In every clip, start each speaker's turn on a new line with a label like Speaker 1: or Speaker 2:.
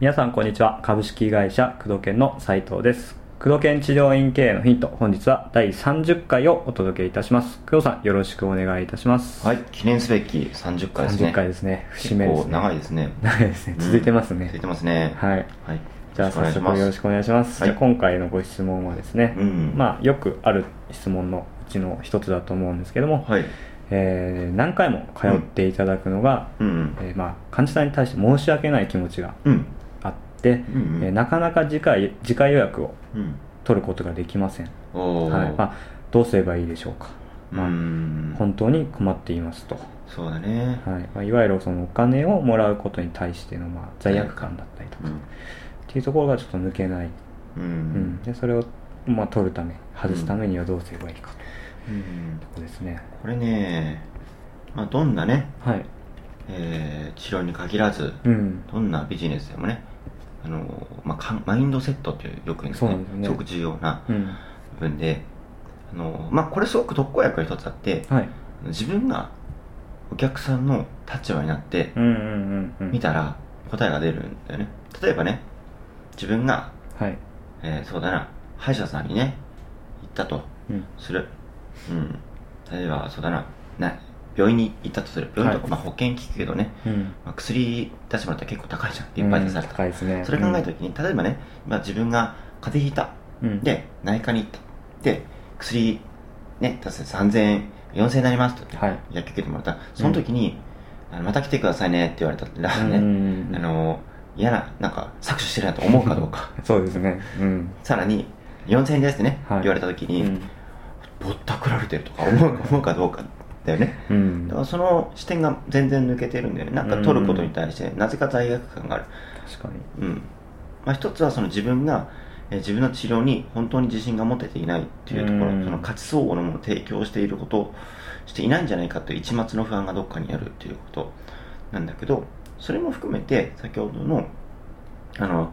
Speaker 1: 皆さんこんにちは株式会社工藤研の斉藤です工藤研治療院経営のヒント本日は第30回をお届けいたします工藤さんよろしくお願いいたします
Speaker 2: はい、記念すべき30回ですね。
Speaker 1: 30回ですね節目で
Speaker 2: 結
Speaker 1: す
Speaker 2: 構
Speaker 1: ね
Speaker 2: 長いですね。
Speaker 1: 長いですね 続いてますね
Speaker 2: 続いてますね。
Speaker 1: はい
Speaker 2: はい。
Speaker 1: じゃあ早速よろし
Speaker 2: く
Speaker 1: くお願いします。
Speaker 2: はい
Speaker 1: じゃあ今回のご質問はですね、
Speaker 2: うん
Speaker 1: まあよくある質問のうちの一つだと思うんですけども、
Speaker 2: お願いします。はい。
Speaker 1: えー何回も通っていただくのが、
Speaker 2: うんうん。
Speaker 1: えーまあ患者さんに対して申し訳ない気持ちが
Speaker 2: うん。
Speaker 1: あって、
Speaker 2: んうん
Speaker 1: えーなかなか次回次回予約を
Speaker 2: うん。
Speaker 1: 取ることができません。
Speaker 2: おー。
Speaker 1: はい。まあどうすればいいでしょうか。まあ、
Speaker 2: うん。
Speaker 1: 本当に困っていますと。
Speaker 2: そうだね。
Speaker 1: はい。まあ、いわゆるそのお金をもらうことに対してのまあ罪悪感だったりとか、っていうところがちょっと抜けない。
Speaker 2: うん。う
Speaker 1: うんん、。でそれを、まあ、取るため外すためにはどうすればいいかという
Speaker 2: うん
Speaker 1: ことですね、
Speaker 2: これね、まあ、どんなね、
Speaker 1: はい、
Speaker 2: えー治療に限らず、
Speaker 1: うん、
Speaker 2: どんなビジネスでもね、あの、まあかん、マインドセットってよく言うんです
Speaker 1: そう
Speaker 2: ね。
Speaker 1: なんですよね
Speaker 2: すごく重要な
Speaker 1: うん、
Speaker 2: 部分で、あの、まあ、これすごく特効薬が一つあって、
Speaker 1: はい
Speaker 2: 自分がお客さんの立場になって
Speaker 1: うんうんうんうん
Speaker 2: 見たら答えが出るんだよね例えばね自分が、
Speaker 1: はい、
Speaker 2: えーそうだな歯医者さんにね行ったと
Speaker 1: うん、
Speaker 2: するうん例えばそうだなな病院に行ったとする病院とか、
Speaker 1: はい
Speaker 2: まあ、保険聞くけどね、
Speaker 1: うん
Speaker 2: まあ、薬出してもらったら結構高いじゃんいっぱい出され
Speaker 1: うん
Speaker 2: た、
Speaker 1: 高いですね
Speaker 2: それ考えた時に、例えばね、まあ、自分が風邪ひいた
Speaker 1: うん
Speaker 2: で内科に行ったで薬ね出せ3000円4000円になりますと
Speaker 1: はい
Speaker 2: 薬局でもらったその時に、あのまた来てくださいねって言われたら
Speaker 1: うん
Speaker 2: ね、
Speaker 1: うんうん
Speaker 2: あの嫌ななんか搾取してるなと思うかどうか
Speaker 1: そうですねうん
Speaker 2: さらに4000円ですってね、
Speaker 1: はい
Speaker 2: 言われた時
Speaker 1: う
Speaker 2: に、
Speaker 1: ん
Speaker 2: ぼったくられてるとか思う思うかどうかだよね
Speaker 1: うん
Speaker 2: だからその視点が全然抜けてるんだよねなんか取ることに対してなぜか罪悪感がある
Speaker 1: 確かに
Speaker 2: うんまあ、一つはその自分が、えー自分の治療に本当に自信が持てていないというところ、
Speaker 1: うん
Speaker 2: その価値相応のものを提供していることをしていないんじゃないかという一抹の不安がどっかにあるということなんだけどそれも含めて先ほどのあの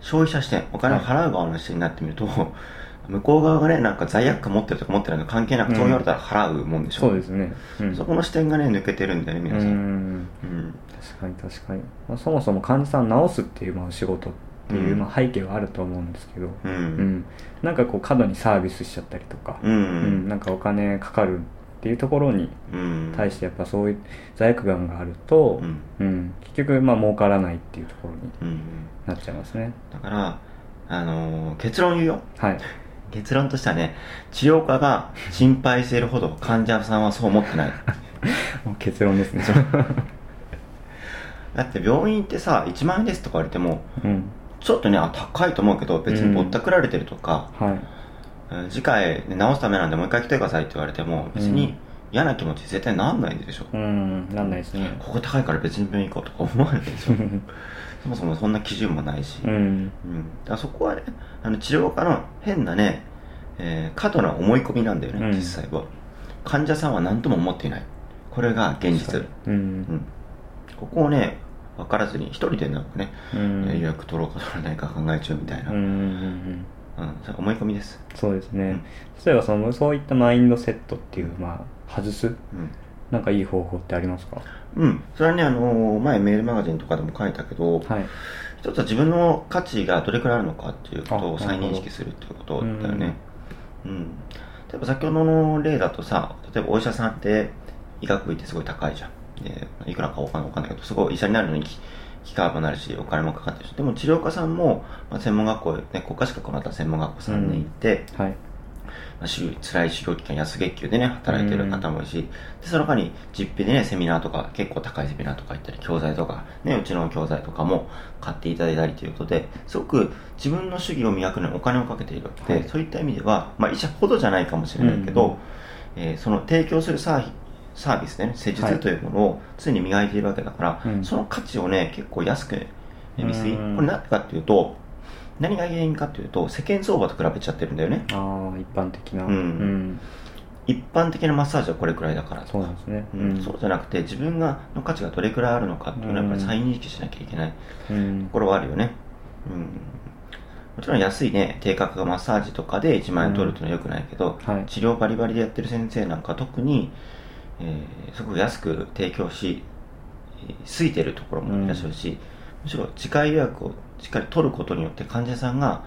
Speaker 2: 消費者視点お金を払う側の視点になってみると、 向こう側がねなんか罪悪感持ってるとか持ってないの関係なくそう言われたら払うもんでしょ、
Speaker 1: そうですねうん
Speaker 2: そこの視点がね抜けてるんだよね皆さ、
Speaker 1: うんん
Speaker 2: うん
Speaker 1: 確かに確かに、まあ、そもそも患者さんを治すっていうまあ仕事っていううんまあ背景はあると思うんですけど、
Speaker 2: うん
Speaker 1: うん、なんかこう過度にサービスしちゃったりとか、
Speaker 2: うん
Speaker 1: うん、なんかお金かかるっていうところに
Speaker 2: うん
Speaker 1: 対してやっぱそういう罪悪感があると
Speaker 2: う、ん
Speaker 1: うん結局まあ儲からないっていうところに
Speaker 2: うん
Speaker 1: なっちゃいますね
Speaker 2: だから、あのー結論言うよ。
Speaker 1: はい
Speaker 2: 結論としてはね、治療科が心配しているほど患者さんはそう思ってない。
Speaker 1: もう結論ですね
Speaker 2: だって病院ってさ、1万円ですとか言われても、
Speaker 1: うん
Speaker 2: ちょっとね、あ高いと思うけど、別にぼったくられてるとか、
Speaker 1: はい
Speaker 2: うん次回、ね、治すためなんでもう一回来てくださいって言われても、別
Speaker 1: うん
Speaker 2: に嫌な気持ち絶対なんないんでしょ。
Speaker 1: うんなんないです ね
Speaker 2: ここ高いから別に病院行こうとか思わないでしょ。そもそもそんな基準もないし。
Speaker 1: うん
Speaker 2: うん、だからそこはねあの治療科の変なね、えー過度な思い込みなんだよね、
Speaker 1: うん
Speaker 2: 実際は患者さんは何とも思っていないこれが現実、
Speaker 1: う
Speaker 2: うんん、ここをね分からずに一人でなんかね、
Speaker 1: う
Speaker 2: え
Speaker 1: ん
Speaker 2: ー予約取ろうか取らないか考え中みたいな、
Speaker 1: う
Speaker 2: うん
Speaker 1: うんうんん
Speaker 2: それ思い込みです、
Speaker 1: そうです
Speaker 2: う
Speaker 1: ね
Speaker 2: ん
Speaker 1: 例えばそのそういったマインドセットっていうまあ外す
Speaker 2: うん
Speaker 1: なんかいい方法ってありますか
Speaker 2: うん、それはね、あのー前メールマガジンとかでも書いたけ
Speaker 1: は
Speaker 2: ど、
Speaker 1: い
Speaker 2: 一つは自分の価値がどれくらいあるのかっていうこと
Speaker 1: あ
Speaker 2: を再認識するっていうことだよね。うん。例えば先ほどの例だとさ、例えばお医者さんって医学部ってすごい高いじゃん。でいくらかお金わかんないけど、すごい医者になるのにき期間もなるし、お金もかかってるし、でも治療科さんも、まあ、専門学校、ね、国家資格のあった専門学校3年行って、
Speaker 1: はい
Speaker 2: まあ、修辛い修行期間、安月給でね、働いてる方もいるし、でその他に実費でね、セミナーとか、結構高いセミナーとか行ったり、教材とか、ね、うちの教材とかも買っていただいたりということで、すごく自分の主義を磨くのにお金をかけているので、
Speaker 1: はい
Speaker 2: そういった意味では、まあ、医者ほどじゃないかもしれないけど、えーその提供するサービサービスね、施術というものを常に磨いているわけだから、
Speaker 1: うん
Speaker 2: その価値をね、結構安く見すぎ。こ
Speaker 1: うん
Speaker 2: れなんでかっていうと、何が原因かというと、世間相場と比べちゃってるんだよね。
Speaker 1: ああ一般的な
Speaker 2: うん
Speaker 1: ん
Speaker 2: 一般的なマッサージはこれくらいだからとか
Speaker 1: そうなんですね
Speaker 2: うんそうじゃなくて自分がの価値がどれくらいあるのかっていうのはやっぱり再認識しなきゃいけない
Speaker 1: うん
Speaker 2: ところはあるよね、うんもちろん安いね、低価格マッサージとかで1万円取るっていうのは良くないけど、
Speaker 1: はい
Speaker 2: 治療バリバリでやってる先生なんか特に、えーすごく安く提供し、えーすいてるところもいらっしゃるし、むしろ次回予約をしっかり取ることによって患者さんが、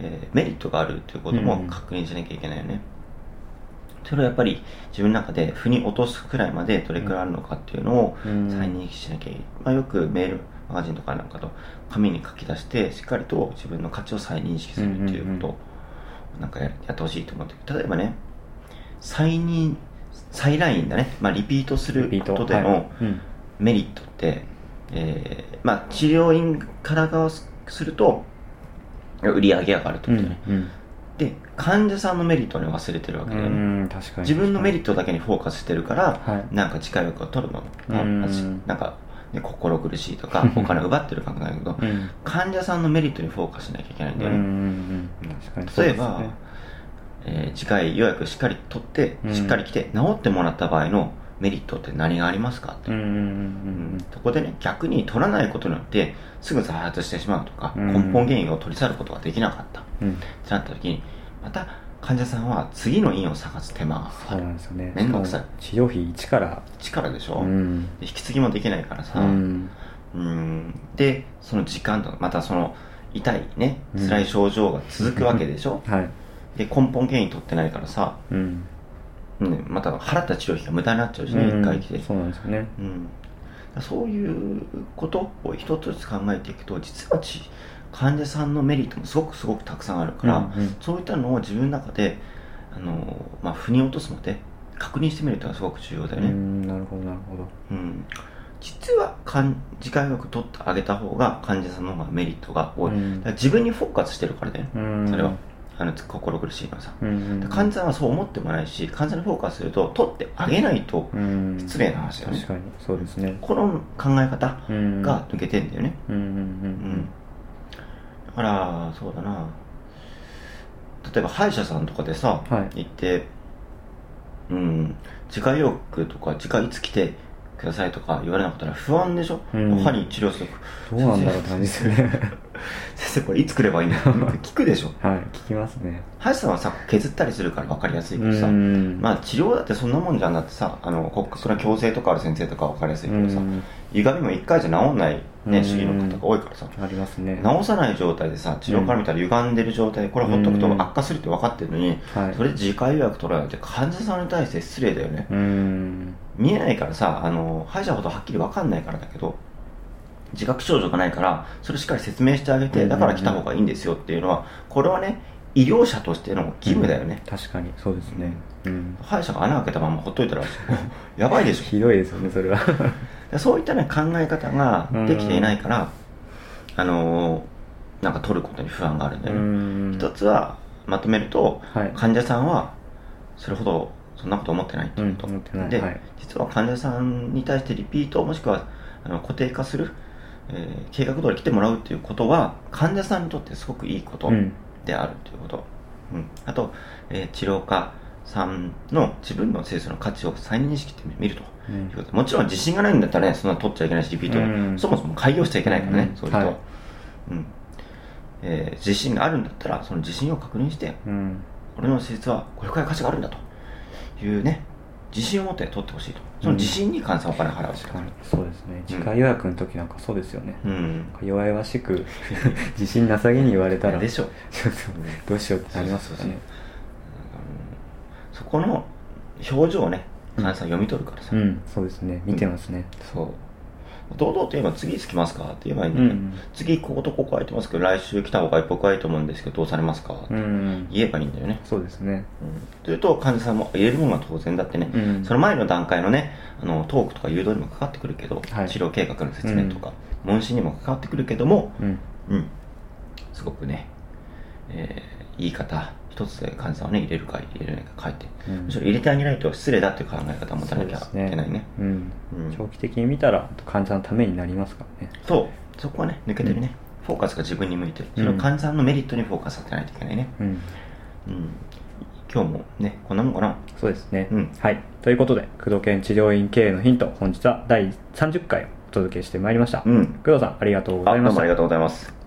Speaker 2: えーメリットがあるということ
Speaker 1: う
Speaker 2: も
Speaker 1: ん
Speaker 2: 確認しなきゃいけないよね。それはやっぱり自分の中で腑に落とすくらいまでどれくらいあるのかっていうのを
Speaker 1: うん
Speaker 2: 再認識しなきゃいい、まあ、よくメールマガジンとかなんかと紙に書き出してしっかりと自分の価値を再認識するっていうことをなんかややってほしいと思ってる例えばね再認再来院だね、まあ、リピートする
Speaker 1: リピー
Speaker 2: こ
Speaker 1: ト
Speaker 2: とで
Speaker 1: は
Speaker 2: の
Speaker 1: いうん
Speaker 2: メリットって、えーまあ、治療院から側すすると売り上げ上がるって
Speaker 1: う
Speaker 2: こ
Speaker 1: ん
Speaker 2: とだよね、
Speaker 1: うん
Speaker 2: で患者さんのメリットをね忘れてるわけだよね、
Speaker 1: うん確かに
Speaker 2: 自分のメリットだけにフォーカスしてるから、
Speaker 1: は
Speaker 2: なんか近い枠を取るのも、
Speaker 1: うん
Speaker 2: なんか、ね、心苦しいとかお金奪ってる考えだけど
Speaker 1: いうん
Speaker 2: 患者さんのメリットにフォーカスしなきゃいけないんだ
Speaker 1: うんう
Speaker 2: よ
Speaker 1: ん
Speaker 2: ね、
Speaker 1: うん確かにそう
Speaker 2: 例え
Speaker 1: ですね
Speaker 2: ば、えー次回予約しっかり取って
Speaker 1: うん
Speaker 2: しっかり来て治ってもらった場合のメリットって何がありますかって、
Speaker 1: うんうんうん
Speaker 2: うんそこでね逆に取らないことによってすぐ再発してしまうとか、
Speaker 1: うん
Speaker 2: 根本原因を取り去ることができなかったっ
Speaker 1: うんうん
Speaker 2: てなった時にまた患者さんは次の院を探す手間がか
Speaker 1: そ
Speaker 2: か
Speaker 1: う
Speaker 2: る
Speaker 1: なんですよね
Speaker 2: 面倒くさい
Speaker 1: しかも治療費一から
Speaker 2: 力でし
Speaker 1: う
Speaker 2: ょ、
Speaker 1: ん
Speaker 2: で引き継ぎもできないからさ、
Speaker 1: うん
Speaker 2: うんでその時間とかまたその痛いね
Speaker 1: うん
Speaker 2: 辛い症状が続くわけでしょ、
Speaker 1: はい
Speaker 2: で根本原因取ってないからさ、
Speaker 1: うん
Speaker 2: うん、また払った治療費が無駄になっちゃうしね、一回来て
Speaker 1: うんそうなんですよね
Speaker 2: うん、そういうことを一つずつ考えていくと実はち患者さんのメリットもすごくすごくたくさんあるから、
Speaker 1: うんうん
Speaker 2: そういったのを自分の中であの、まあ、腑に落とすまで確認してみるというのはすごく重要だ
Speaker 1: う
Speaker 2: よね、
Speaker 1: んなるほどなるほど
Speaker 2: うん、実はかん次回予約取ってあげた方が患者さんの方がメリットが多い、
Speaker 1: うん
Speaker 2: だから自分にフォーカスしてるからだよね、
Speaker 1: うん
Speaker 2: それはあの心苦しいのはさ、
Speaker 1: うん
Speaker 2: 患者さんはそう思ってもないし患者にフォーカスすると取ってあげないと
Speaker 1: うん
Speaker 2: 失礼な話だよね、
Speaker 1: 確かにそうですね
Speaker 2: この考え方
Speaker 1: うん
Speaker 2: が抜けてんだよね、
Speaker 1: うんうん
Speaker 2: うん
Speaker 1: うん
Speaker 2: だからそうだな例えば歯医者さんとかでさ、
Speaker 1: はい
Speaker 2: 行ってうん自家用具とか自家いつ来てくださいとか言われなかったら不安でしょ、
Speaker 1: うん
Speaker 2: 歯に治療する
Speaker 1: どうなんだろうって感じですよ ね
Speaker 2: 先生これいつ来ればいいんだろうって聞くでしょ
Speaker 1: はい聞きますね
Speaker 2: 歯医者さんはさ削ったりするから分かりやすいけどさ、
Speaker 1: ん
Speaker 2: まあ治療だってそんなもんじゃんだってさあの骨格の矯正とかある先生とかは分かりやすいけどさ、
Speaker 1: うん
Speaker 2: 歪みも1回じゃ治んない、
Speaker 1: うん
Speaker 2: ね、主義の方が多いからさ
Speaker 1: ありますね
Speaker 2: 治さない状態でさ治療から見たら歪んでる状態でこれほっとくと
Speaker 1: うん
Speaker 2: 悪化するって分かってるのに、
Speaker 1: はい
Speaker 2: それで次回予約取られて患者さんに対して失礼だよね
Speaker 1: うん
Speaker 2: 見えないからさあの歯医者ほどはっきり分かんないからだけど自覚症状がないからそれしっかり説明してあげ
Speaker 1: うんうんう
Speaker 2: て
Speaker 1: ん
Speaker 2: だから来た方がいいんですよっていうのはこれはね医療者としての義務だよね、
Speaker 1: 確かにそうですねうん
Speaker 2: 歯医者が穴開けたままほっといた らやばいでしょ
Speaker 1: ひどいですよねそれは
Speaker 2: でそういったね考え方ができていないから、あのーなんか取ることに不安があるんだよね、
Speaker 1: ん
Speaker 2: 一つはまとめると
Speaker 1: はい
Speaker 2: 患者さんはそれほどそんなこと思ってないっていうこと、
Speaker 1: うん思ってない
Speaker 2: で、
Speaker 1: はい
Speaker 2: 実は患者さんに対してリピートもしくはあの固定化する、えー計画通り来てもらうっていうことは患者さんにとってすごくいいこと
Speaker 1: うん
Speaker 2: であるということ、うんあと、えー治療家さんの自分の清楚の価値を再認識してみると
Speaker 1: うん
Speaker 2: ということでもちろん自信がないんだったらねそんな取っちゃいけないしリピートは、
Speaker 1: うん
Speaker 2: そもそも開業しちゃいけないからね、
Speaker 1: うん
Speaker 2: そういう人は、
Speaker 1: はい
Speaker 2: うんえー自信があるんだったらその自信を確認して
Speaker 1: うん
Speaker 2: 俺の施術はこれくらい価値があるんだというね自信を持って取ってほしいとその自信に関してはお金を払うし
Speaker 1: 確
Speaker 2: か
Speaker 1: か
Speaker 2: ない
Speaker 1: にそうですね次回予約の時なんかそうですよね
Speaker 2: うん
Speaker 1: 弱々しく 自信なさげに言われたら
Speaker 2: でしょ
Speaker 1: ちょっとどうしようってなりますからね
Speaker 2: そこの表情をね患者さん読み取るからさ、
Speaker 1: うんそうですね見てますね
Speaker 2: そう堂々と言えば次つきますかって言えばいいん
Speaker 1: う
Speaker 2: だよね、
Speaker 1: ん
Speaker 2: 次こことここ空いてますけど来週来た方が僕はいいと思うんですけどどうされますか、
Speaker 1: うんうん
Speaker 2: 言えばいいんだよね、
Speaker 1: そうですね
Speaker 2: うん、というと患者さんも入れるものは当然だってね、
Speaker 1: うん
Speaker 2: その前の段階のねあのトークとか誘導にもかかってくるけど、
Speaker 1: はい
Speaker 2: 治療計画の説明とか、問診にもかかってくるけども、
Speaker 1: うん
Speaker 2: うん、すごくね、えー言い方一つで患者さんをね入れるか入れないか書いて、
Speaker 1: うん
Speaker 2: むしろ入れてあげないと失礼だっていう考え方を持たなきゃいけないね
Speaker 1: うん
Speaker 2: うん
Speaker 1: 長期的に見たら患者のためになりますからね
Speaker 2: そうそこはね抜けてるね、フォーカスが自分に向いてるそれ
Speaker 1: う
Speaker 2: を
Speaker 1: ん
Speaker 2: 患者さんのメリットにフォーカスさせないといけないね、
Speaker 1: うん
Speaker 2: うん、今日もねこんなもんかな
Speaker 1: そうですね、
Speaker 2: うん
Speaker 1: はいということで工藤研治療院経営のヒント本日は第30回をお届けしてまいりました、
Speaker 2: うん
Speaker 1: 工藤さんありがとうござ
Speaker 2: あ
Speaker 1: い
Speaker 2: ど
Speaker 1: まし
Speaker 2: うも
Speaker 1: た
Speaker 2: ありがとうございます